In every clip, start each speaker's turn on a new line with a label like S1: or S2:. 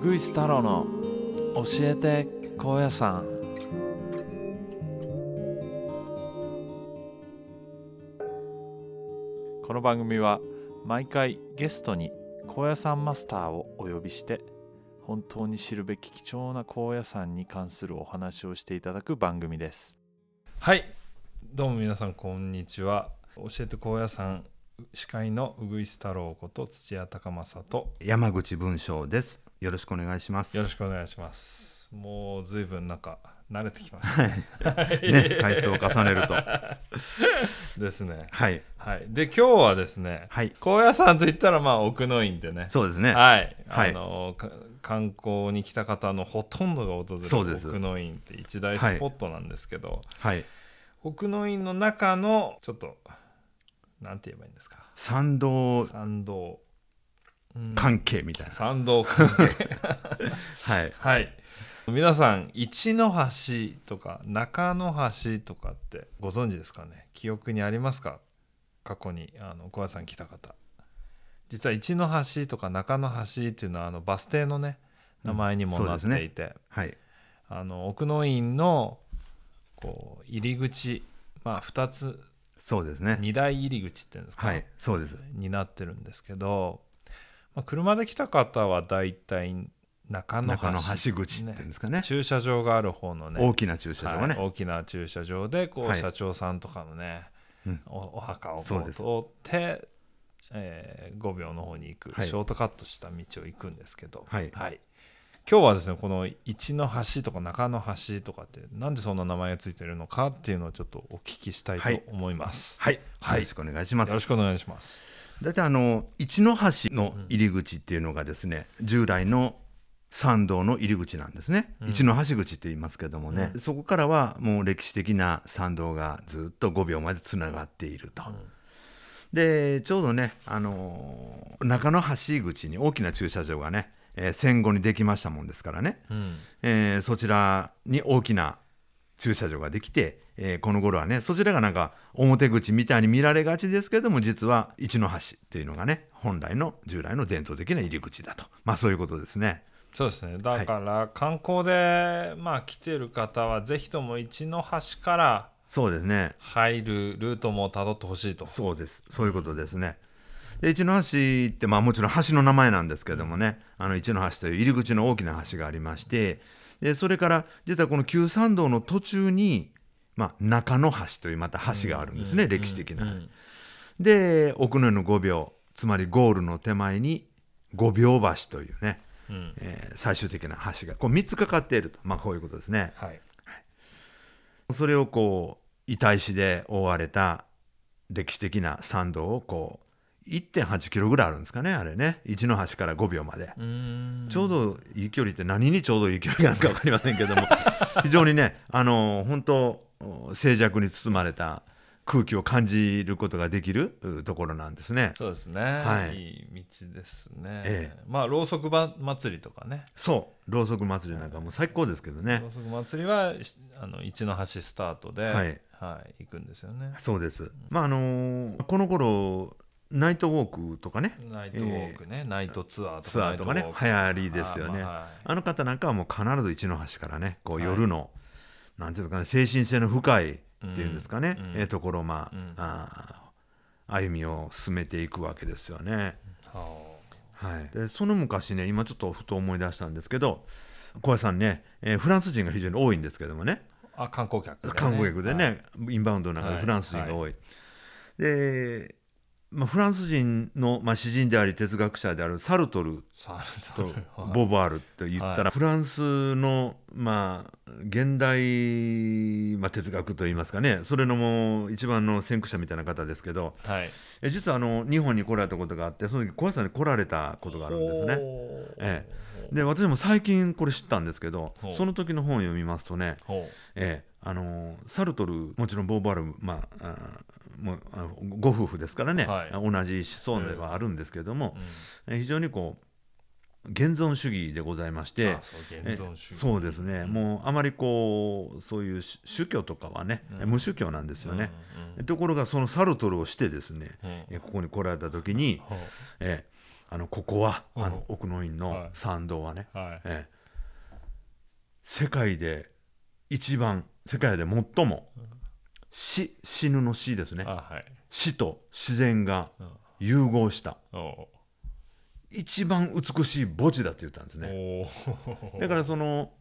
S1: グイス太郎の教えて高野山この番組は毎回ゲストに高野山マスターをお呼びして本当に知るべき貴重な高野山に関するお話をしていただく番組ですはいどうも皆さんこんにちは教えて高野山司会のうぐいす太郎こと土屋隆正と
S2: 山口文章です。よろしくお願いします。
S1: よろしくお願いします。もう随分なんか慣れてきまし
S2: くね、回数を重ねると。
S1: たですね。
S2: はい。
S1: はい。で今日はですね、
S2: はい。
S1: 高野山といったらまあ奥の院でね。
S2: そうですね。
S1: はい。
S2: はい
S1: あのか観光に来た方のほとんどが訪
S2: そう
S1: れる
S2: です
S1: 奥の院って一大スポットなんですけど、
S2: はい。
S1: 奥の院の中のちょっとなんて言えばいいんですか。
S2: 賛同
S1: 参道。うん
S2: 関係みたいな。
S1: 参道関係。
S2: はい。
S1: はい皆さん一の橋とか中の橋とかってご存知ですかね記憶にありますか過去にあの小林さん来た方実は一の橋とか中の橋っていうのはあのバス停のね名前にも
S2: うん
S1: なっ
S2: そうです
S1: て
S2: ね
S1: いて、
S2: はい。
S1: あの奥の院のこう入り口まあ2つ
S2: そうですね。
S1: 2大入り口っていうんですか、
S2: はい。そうです。
S1: になってるんですけど、まあ、車で来た方はだいたい中の橋
S2: 中の橋口っていうんですかね。
S1: 駐車場がある方のね
S2: 大きな駐車場がね。
S1: はい大きな駐車場でこう、
S2: はい
S1: 社長さんとかのね、
S2: うん
S1: おお墓を
S2: そ
S1: こ
S2: うです
S1: う通って、えー、5秒の方に行く、
S2: はい
S1: ショートカットした道を行くんですけど、
S2: はい
S1: 今日はですねこの一の橋とか中の橋とかってなんでそんな名前がついてるのかっていうのをちょっとお聞きしたい
S2: はい
S1: と思います。
S2: はい。よ
S1: はい
S2: ろしくお願いしま
S1: よろ
S2: す
S1: し。くお願いします。
S2: だいたいあの一の橋の入り口っていうのがですね、従来の参道の入り口なんですね、
S1: うん
S2: 一の橋口って言いますけどもね、そこからはもう歴史的な参道がずっと5秒までつながっていると、でちょうどね、あのー中野橋口に大きな駐車場がね、えー戦後にできましたもんですからね、
S1: うん
S2: えーそちらに大きな駐車場ができて、えーこの頃はねそちらがなんか表口みたいに見られがちですけども実は一の橋っていうのがね本来の従来の伝統的な入り口だとまあそういうことですね
S1: そうですねだから観光で、まあ、来てる方はぜひとも一の橋から
S2: そうですね
S1: 入るルートもたどってほしいと。
S2: そうですそういうことですねで一の橋ってまあもちろん橋の名前なんですけどもねあの一の橋という入り口の大きな橋がありましてでそれから実はこの旧参道の途中に、まあ、中野橋というまた橋があるんですね、歴史的な。
S1: うん
S2: で奥の湯の5秒つまりゴールの手前に5秒橋というね、
S1: うん
S2: えー最終的な橋がこう3つかかっていると、まあ、こういうことですね
S1: はい、
S2: それをこう板石で覆われた歴史的な参道をこう1.8キロぐらいあるんですかねあれね一の橋から5秒まで、
S1: うーん
S2: ちょうどいい距離って何にちょうどいい距離なのか分かりません けども非常にねあの本当お静寂に包まれた空気を感じることができるうところなんですね。
S1: そうですね、、
S2: はいい
S1: い道ですね、
S2: え
S1: まあろうそくば祭りとかね
S2: そうろうそく祭りなんかもう最高ですけどね
S1: ろうそく祭りはしあの一の橋スタートで、
S2: はい
S1: はい行くんですよね
S2: そうですまああのーこの頃ナイトウォークとかね
S1: ナイトウォークね、ナイトツアーとか
S2: ツアーとかね
S1: ナイトウォ
S2: 流
S1: ーク
S2: 行りですよね
S1: あーまあ
S2: あ
S1: はい
S2: の方なんかはもう必ず一の端からねこう
S1: はい
S2: 夜の、なんていうのかね精神性の深いっていうんですかね、
S1: うんうん
S2: えーところをまあ,、
S1: うん
S2: あー歩みを進めていくわけですよね、
S1: はあ
S2: はい、でその昔ね今ちょっとふと思い出したんですけど小林さんね、えーフランス人が非常に多いんですけどもね、
S1: あ観光客でね
S2: 韓国客でね、インバウンドの中でフランス人が多い。で、まあ、フランス人の、まあ、詩人であり哲学者であるサルトル
S1: サル
S2: と
S1: トル は
S2: ボバールと言ったら、
S1: は
S2: フランスの、まあ、現代、まあ、哲学といいますかねそれのもう一番の先駆者みたいな方ですけど
S1: はい
S2: え実はあの日本に来られたことがあってその時小林さんに来られたことがあるんですね。
S1: ほう
S2: ええ、で私も最近これ知ったんですけど
S1: ほう
S2: その時の本を読みますとね
S1: ほ
S2: ええあのーサルトルもちろんボーヴァール、まあ、あーもうあのご夫婦ですからね、
S1: はい
S2: 同じ思想ではあるんですけども
S1: う、、うん
S2: え非常にこう現存主義でございまして
S1: あそう現存主義
S2: えそうですね、もうあまりこうそういうし宗教とかはね、
S1: うん
S2: 無宗教なんですよね、
S1: うんうん
S2: ところがそのサルトルをしてですね、
S1: うん
S2: えここに来られた時に、
S1: ほう
S2: ええあのここは、
S1: うん
S2: あの奥の院
S1: は
S2: の
S1: い
S2: 参道はね、
S1: はい
S2: ええ世界で一番世界で最も死死ぬの死ですね
S1: あはい
S2: 死と自然が
S1: うん
S2: 融合した
S1: お
S2: 一番美しい墓地だって言ったんです
S1: ー
S2: ね
S1: おー
S2: だからその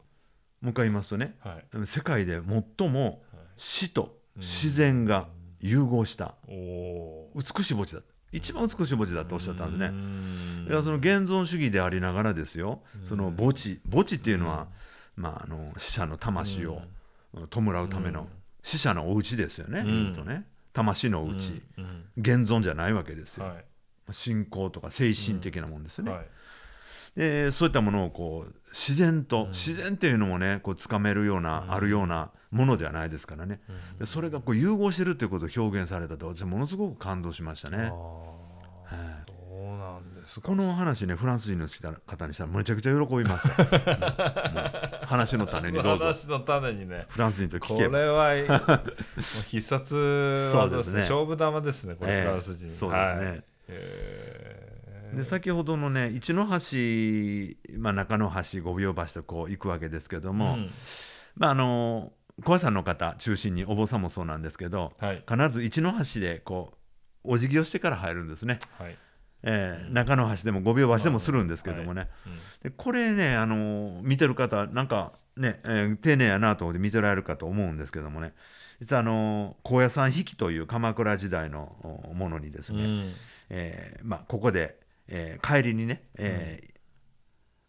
S2: もう一回言いますとね
S1: はい
S2: 世界で最も死と自然が融合した
S1: おお
S2: 美しい墓地だ一番美しい墓地だっておっしゃったんですね
S1: ね
S2: いやその現存主義でありながらですよ、その墓地墓地っていうのは、まあ、あの死者の魂を弔うための死者のお家ですよね、
S1: うん
S2: 言うとね魂のお家、
S1: うん
S2: 現存じゃないわけです
S1: うん
S2: よ、
S1: は
S2: 信仰とか精神的なもんです
S1: い
S2: ね、
S1: はい
S2: でそういったものをこう自然と、
S1: うん
S2: 自然っていうのもねこう掴めるような、
S1: うん
S2: あるようなものではないですからね
S1: うん
S2: でそれがこう融合してるっていうことを表現されたと私ものすごく感動しましたね。
S1: あ
S2: はい
S1: ーそうなんですか
S2: このお話ねフランス人の方にしたらめちゃくちゃ喜びま すよもう話の種にどうぞ
S1: 話の種にね
S2: フランス人と
S1: こ
S2: 聞
S1: れ
S2: けば
S1: は もう必殺技ですね
S2: そうですね
S1: 勝負玉ですねこれ
S2: ええ
S1: フランス人、
S2: そうですね、
S1: はいへー
S2: で先ほどのね一の橋、まあ、中の橋五秒橋とこう行くわけですけども、
S1: うん
S2: まああの小屋さんの方中心にお坊さんもそうなんですけど
S1: はい
S2: 必ず一の橋でこうお辞儀をしてから入るんですね、
S1: はい、
S2: えー中の橋でも五秒橋でもするんですけどもね、
S1: うん
S2: でこれね、あのー見てる方なんかね、えー丁寧やなと思って見てられるかと思うんですけどもね実はあのー高野山引きという鎌倉時代のおものにですね、
S1: うん
S2: えーまあ、ここで、えー帰りにね、えー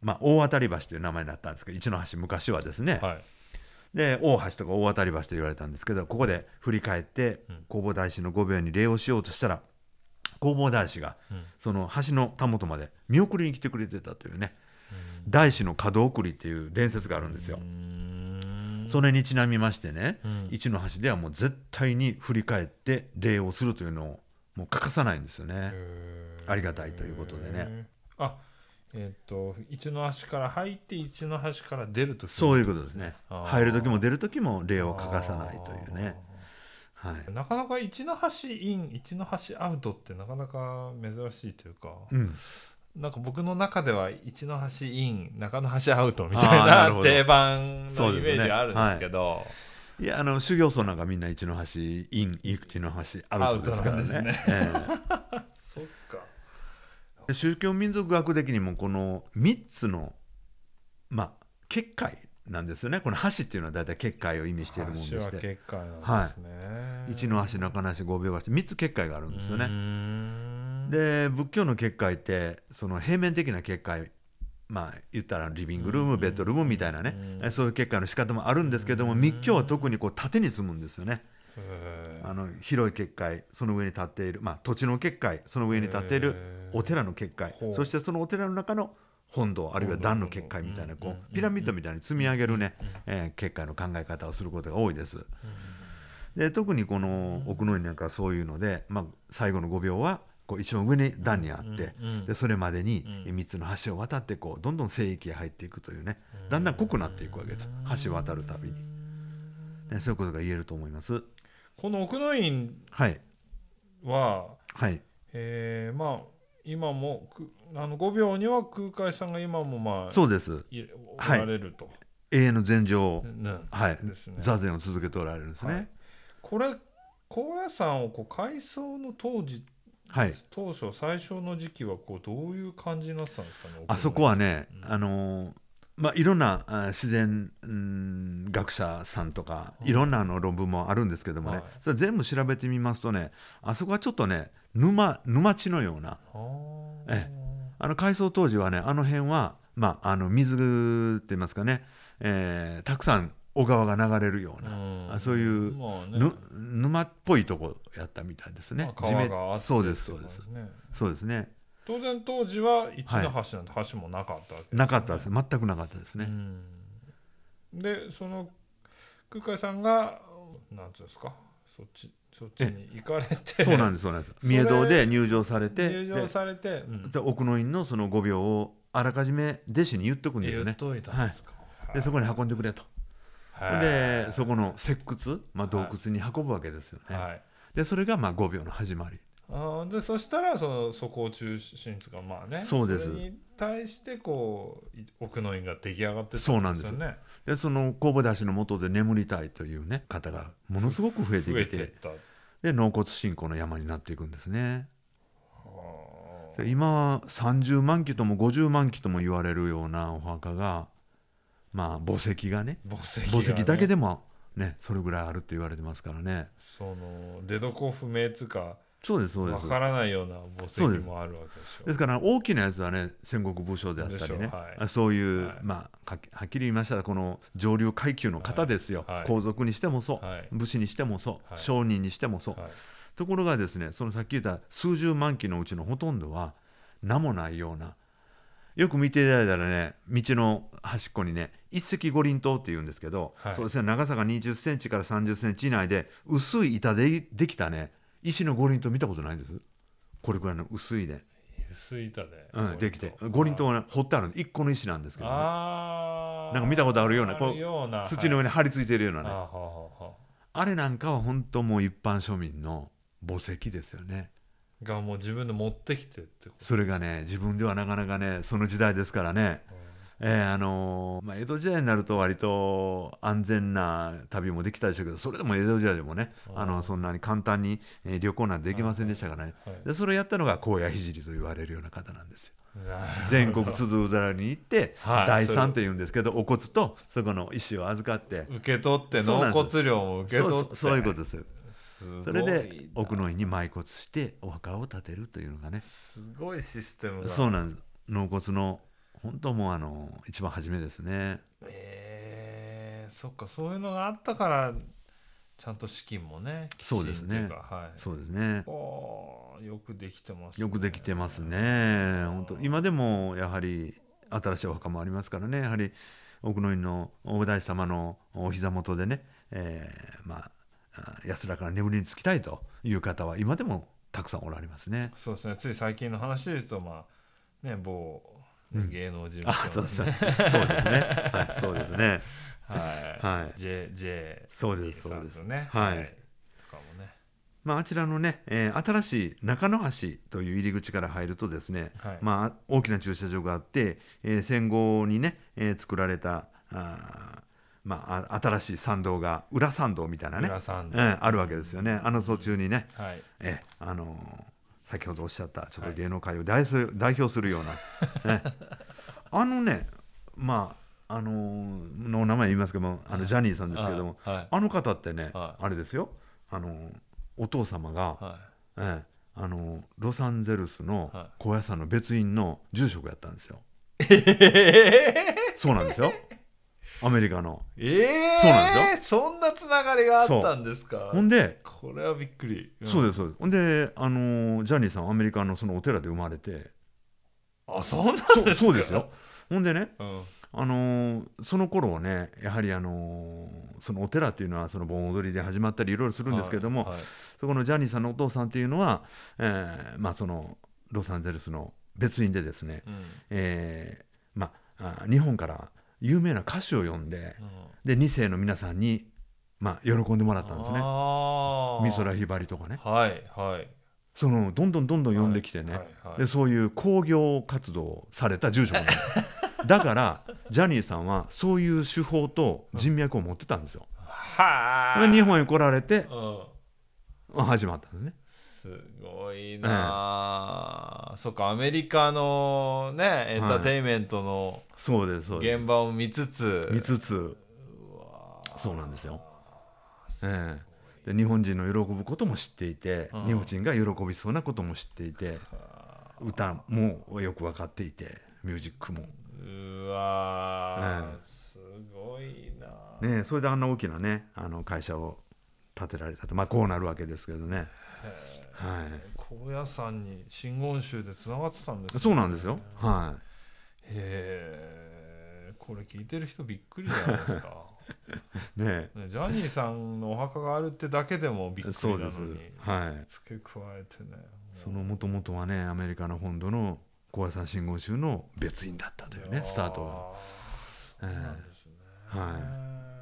S2: まあ、大渡り橋という名前になったんですけど一の橋昔はですね、
S1: はい
S2: で大橋とか大渡り橋と言われたんですけどここで振り返って
S1: うん
S2: 弘法大師の御廟に礼をしようとしたら弘法大師が
S1: うん
S2: その橋のたもとまで見送りに来てくれてたというね大師の門送りっていう伝説があるんですよ
S1: う。ん
S2: それにちなみましてね、
S1: うん
S2: 一の橋ではもう絶対に振り返って礼をするというのをもう欠かさないんですよね。ありがたいということでね。
S1: あえっ、と一の足から入って一の端から出ると
S2: そういうことですね。
S1: あー
S2: 入る時も出る時も礼を欠かさないというね。はい。
S1: なかなか一の端イン一の端アウトってなかなか珍しいというか、
S2: うん。
S1: なんか僕の中では一の端イン中の端アウトみたい
S2: あーなる
S1: な
S2: ほど
S1: 定番
S2: そ
S1: の
S2: う
S1: イ
S2: です
S1: メ
S2: ね
S1: ージがあるんですけど
S2: いやあの修行僧なんかみんな一の橋イン一の橋アウトですからね。
S1: アウトなんですね
S2: ええ
S1: そ,、っか
S2: で宗教民族学的にもこの3つのまあ結界なんですよね。この橋っていうのは大体結界を意味しているもので
S1: 端は
S2: して。
S1: 結界なんですね、
S2: 一の足中なし五秒足3つ結界があるんですよ
S1: うー
S2: ね。
S1: ん
S2: で仏教の結界ってその平面的な結界まあ言ったらリビングルームベッドルームみたいなね
S1: うん
S2: そういう結界の仕方もあるんですけども
S1: うん
S2: 密教は特にこう縦に積むんですよね。
S1: へー
S2: あの広い結界その上に立っているまあ土地の結界その上に立っている
S1: へー
S2: お寺の結界
S1: ほう
S2: そしてそのお寺の中の本堂あるいは壇の結界みたいなこうピラミッドみたいに積み上げるねえー結界の考え方をすることが多いです。で特にこの奥の院なんかはそういうので、まあ、最後の5秒はこう一番上に段にあって、
S1: うんうん
S2: でそれまでに
S1: う
S2: 3つの橋を渡ってこうどんどん聖域へ入っていくというねだんだん濃くなっていくわけです橋を渡るたびに、ね、そういうことが言えると思います。
S1: この奥の院
S2: はい、
S1: は、
S2: はい
S1: えーまあ今もくあの5秒には空海さんが今もまあ
S2: そうです
S1: いお
S2: はい
S1: られると、
S2: 永遠の禅情を、
S1: ね
S2: はい
S1: ですね
S2: 座禅を続けておられるんですね。
S1: これ高野山をこう改装の当時
S2: はい、
S1: 当初最初の時期はこうどういう感じになってたんですかね
S2: あそこはね、あのーまあ、いろんなあ自然うん学者さんとかいろんなあの論文もあるんですけどもね、
S1: はい
S2: それ全部調べてみますとねあそこはちょっとね沼沼地のような
S1: は
S2: えあの改装当時はねあの辺は、まあ、あの水って言いますかね、えーたくさん小川が流れるような、あそういう
S1: まあね
S2: ぬ沼っぽいとこやったみたいですね
S1: まあ、川があ
S2: 面
S1: って
S2: そうです
S1: っ
S2: そう
S1: て
S2: で
S1: こ
S2: す
S1: とね
S2: そうですね
S1: 当然当時は一の橋なんて橋もなかったわけですよね
S2: なかったです全くなかったですね、
S1: うんでその空海さんがなんつうんですかそっちそっちに行かれて
S2: そうな
S1: で
S2: んですそうなんです
S1: それ
S2: 三重堂で入場されて
S1: 入場されて、うん
S2: でで奥の院のその5秒をあらかじめ弟子に言っとくんです
S1: 言
S2: よ
S1: っ
S2: ね
S1: といたんですか、
S2: でそこに運んでくれと
S1: はい
S2: でそこの石窟、ま
S1: は
S2: あ、洞
S1: い
S2: 窟に運ぶわけですよね、
S1: はい
S2: でそれがまあ5秒の始まり
S1: あーでそしたらそのそこを中心つかまあね
S2: そうです
S1: れに対してこうい奥の院が出来上がってった
S2: そうなんです
S1: よね
S2: でその神戸だしの元で眠りたいという、ね、方がものすごく増えてき
S1: 増え
S2: て
S1: ていった
S2: で納骨信仰の山になっていくんですね。
S1: あ
S2: で今は30万基とも50万基とも言われるようなお墓が、まあ、墓石がね
S1: ー墓石がね
S2: 墓石だけでも、ね、それぐらいあるって言われてますからね。
S1: その出所不明つか
S2: そうですそうで
S1: わ
S2: す
S1: からないような墓石もあるわけでしょ
S2: ですから大きなやつはね戦国武将であったり
S1: で
S2: ね
S1: しょうはい、
S2: あそういう、
S1: はい
S2: まあかはっきり言いましたらこの上流階級の方ですよ、
S1: はいはい
S2: 皇族にしてもそう、
S1: はい
S2: 武士にしてもそう、
S1: はい
S2: 商人にしてもそう、
S1: はい
S2: ところがですねそのさっき言った数十万機のうちのほとんどは名もないようなよく見ていただいたらね道の端っこにね一石五輪塔っていうんですけど、
S1: はい
S2: そうですね長さが2 0センチから3 0センチ以内で薄い板でできたね石の五輪塔見たことないですこれぐらいの薄いね
S1: 薄い板で、
S2: うん、できて五輪
S1: あ
S2: 塔はね掘ってあるんで1個の石なんですけどね、
S1: あー
S2: なんか見たことあるようなこう
S1: あるような
S2: 土の
S1: 上
S2: 上に張り付いてるようなね、
S1: あーははは
S2: あれなんかは本当もう一般庶民の墓石ですよね
S1: がもう自分で持ってきてってこと
S2: それがね自分ではなかなかねその時代ですからね、えーあのーまあ、江戸時代になると割と安全な旅もできたでしょうけどそれでも江戸時代でもね
S1: うん
S2: あのそんなに簡単に、えー旅行なんてできませんでしたからね、
S1: はい
S2: でそれをやったのが高野聖と言われるような方なんですよ。
S1: なる
S2: 全国津々浦々に行って、
S1: はい
S2: 第
S1: それ
S2: 三って言うんですけどお骨とそこの石を預かって
S1: 受け取って
S2: そうな
S1: 納
S2: んです
S1: 骨料も受け
S2: そう
S1: 取っ
S2: そ
S1: て
S2: うそういうことですよ
S1: すごいな
S2: それで奥の院に埋骨してお墓を建てるというのがね
S1: すごいシステムだ
S2: そうなんです納骨の本当もうあの一番初めですね
S1: えー、そっかそういうのがあったからちゃんと資金もね
S2: そうですね
S1: 寄進っていうかはい
S2: そうですね
S1: おーよくできてます、
S2: よくできてますね本当今でもやはり新しいお墓もありますからねやはり奥の院の大大師様のお膝元でね、えーまああ安らかな眠りにつきたいという方は今でもたくさんおられますね。
S1: そうですねつい最近の話で言うとまあね某ね芸能事務
S2: あ、
S1: 所
S2: そう
S1: の
S2: ですね。そうですね。はい、そうですね。
S1: はい、
S2: はい
S1: J, J
S2: そうです
S1: さん
S2: そう
S1: ね
S2: すはい
S1: とかもね
S2: まあ、あちらのね、えー新しい中野橋という入り口から入るとですね、
S1: はい
S2: まあ、大きな駐車場があって、えー戦後にね、えー作られたあー、まあ、あ新しい参道が裏参道みたいなね、
S1: 浦さん
S2: うん、あるわけですよねあの途中にね、
S1: はい
S2: えーあのー先ほどおっしゃったちょっと芸能界を代表代表するよう な、ね、あのねまああのーのお名前言いますけどもあのジャニーさんですけども、
S1: はい
S2: あの方ってね、
S1: は
S2: あれですよあのお父様が、
S1: は
S2: ええあのロサンゼルスの
S1: は
S2: 高野山の別院の住職やったんで すよ。
S1: いえ
S2: そうなんですよアメリカの。
S1: ー、えー、
S2: そうなん
S1: ですよそんなつながりがあったんですか
S2: ほんで
S1: これはびっくり、
S2: そう
S1: す
S2: ですそうですほんであのジャニーさんはアメリカのそのお寺で生まれて
S1: あそうなんです
S2: そ
S1: か
S2: うそうですよ。ほんでね
S1: うん
S2: あのその頃はねやはりあのそのお寺っていうのはその盆踊りで始まったりいろいろするんですけども、
S1: はいはい
S2: そこのジャニーさんのお父さんっていうのは、えーまあ、そのロサンゼルスの別院でですね、
S1: うん
S2: えーまあ、あ日本から有名な歌手を呼んで
S1: うん
S2: で2世の皆さんに、まあ、喜んでもらったんですね
S1: あー
S2: 美空ひばりとかね
S1: はいはい
S2: そのどんどんどんどん呼んできてね、
S1: はいはいはい
S2: でそういう興行活動をされた住職なんです だからジャニーさんはそういう手法と人脈を持ってたんですよ。
S1: は
S2: で
S1: あ
S2: 日本へ来られて
S1: うん
S2: まあ始まったんですね。
S1: すごいなあ、そっかアメリカのねエンターテインメントの
S2: そうですそうです
S1: 現場を見つつ、
S2: 見つつ
S1: うわあ
S2: そうなんですよ。
S1: す
S2: ええ、で日本人の喜ぶことも知っていて、
S1: うん
S2: 日本人が喜びそうなことも知っていて歌もよく分かっていてミュージックも、
S1: うわあ、
S2: え
S1: すごいなあ
S2: ねえ、それであんな大きなねあの会社を建てられたと、まあ、こうなるわけですけどね、はい、
S1: 高野山に真言宗でつながってたんですね
S2: そうなんですよ、は
S1: へえこれ聞いてる人びっくりじゃないです か
S2: いね
S1: ねジャニーさんのお墓があるってだけでもびっく
S2: え、
S1: り
S2: そう
S1: な
S2: です
S1: のに、
S2: はい、
S1: 付け加えてね
S2: そのもともとはねアメリカの本土の高野山真言宗の別院だったというねスタートは。
S1: あーそうなんですね、
S2: ええはい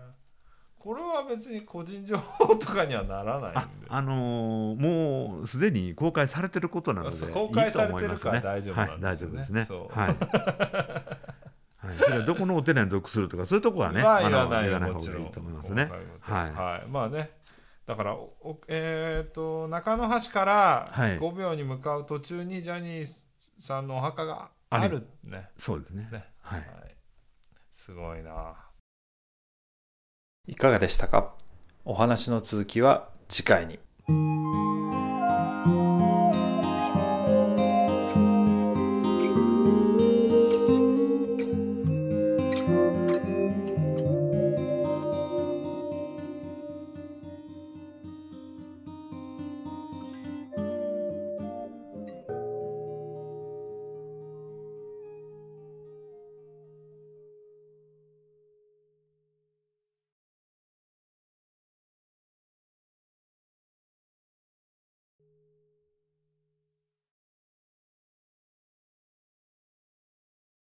S1: これは別に個人情報とかにはならない
S2: あ
S1: んで
S2: あのーもううすでに公開されてることなので
S1: そう公開されてる
S2: いいと
S1: か
S2: 思
S1: ら
S2: いま
S1: 大
S2: す
S1: 丈夫なんですよね
S2: はい、大丈夫ですね
S1: そ。う
S2: はいはい、それはどこのお寺に属するとかそういうとこはね、
S1: まあ
S2: あ
S1: 言わ
S2: の
S1: ない
S2: 言
S1: よ
S2: わない
S1: も
S2: 方
S1: ち
S2: が
S1: ろん
S2: いいと思いますね
S1: 細かいこ。と
S2: はい、
S1: はい、まあねだからおおえー、と中野橋から
S2: はい
S1: 5秒に向かう途中にジャニーさんのお墓が
S2: あ
S1: あ
S2: り
S1: るね、
S2: そうですね。
S1: ね
S2: はい
S1: はい、すごいない
S3: かがでしたかお話の続きは次回に。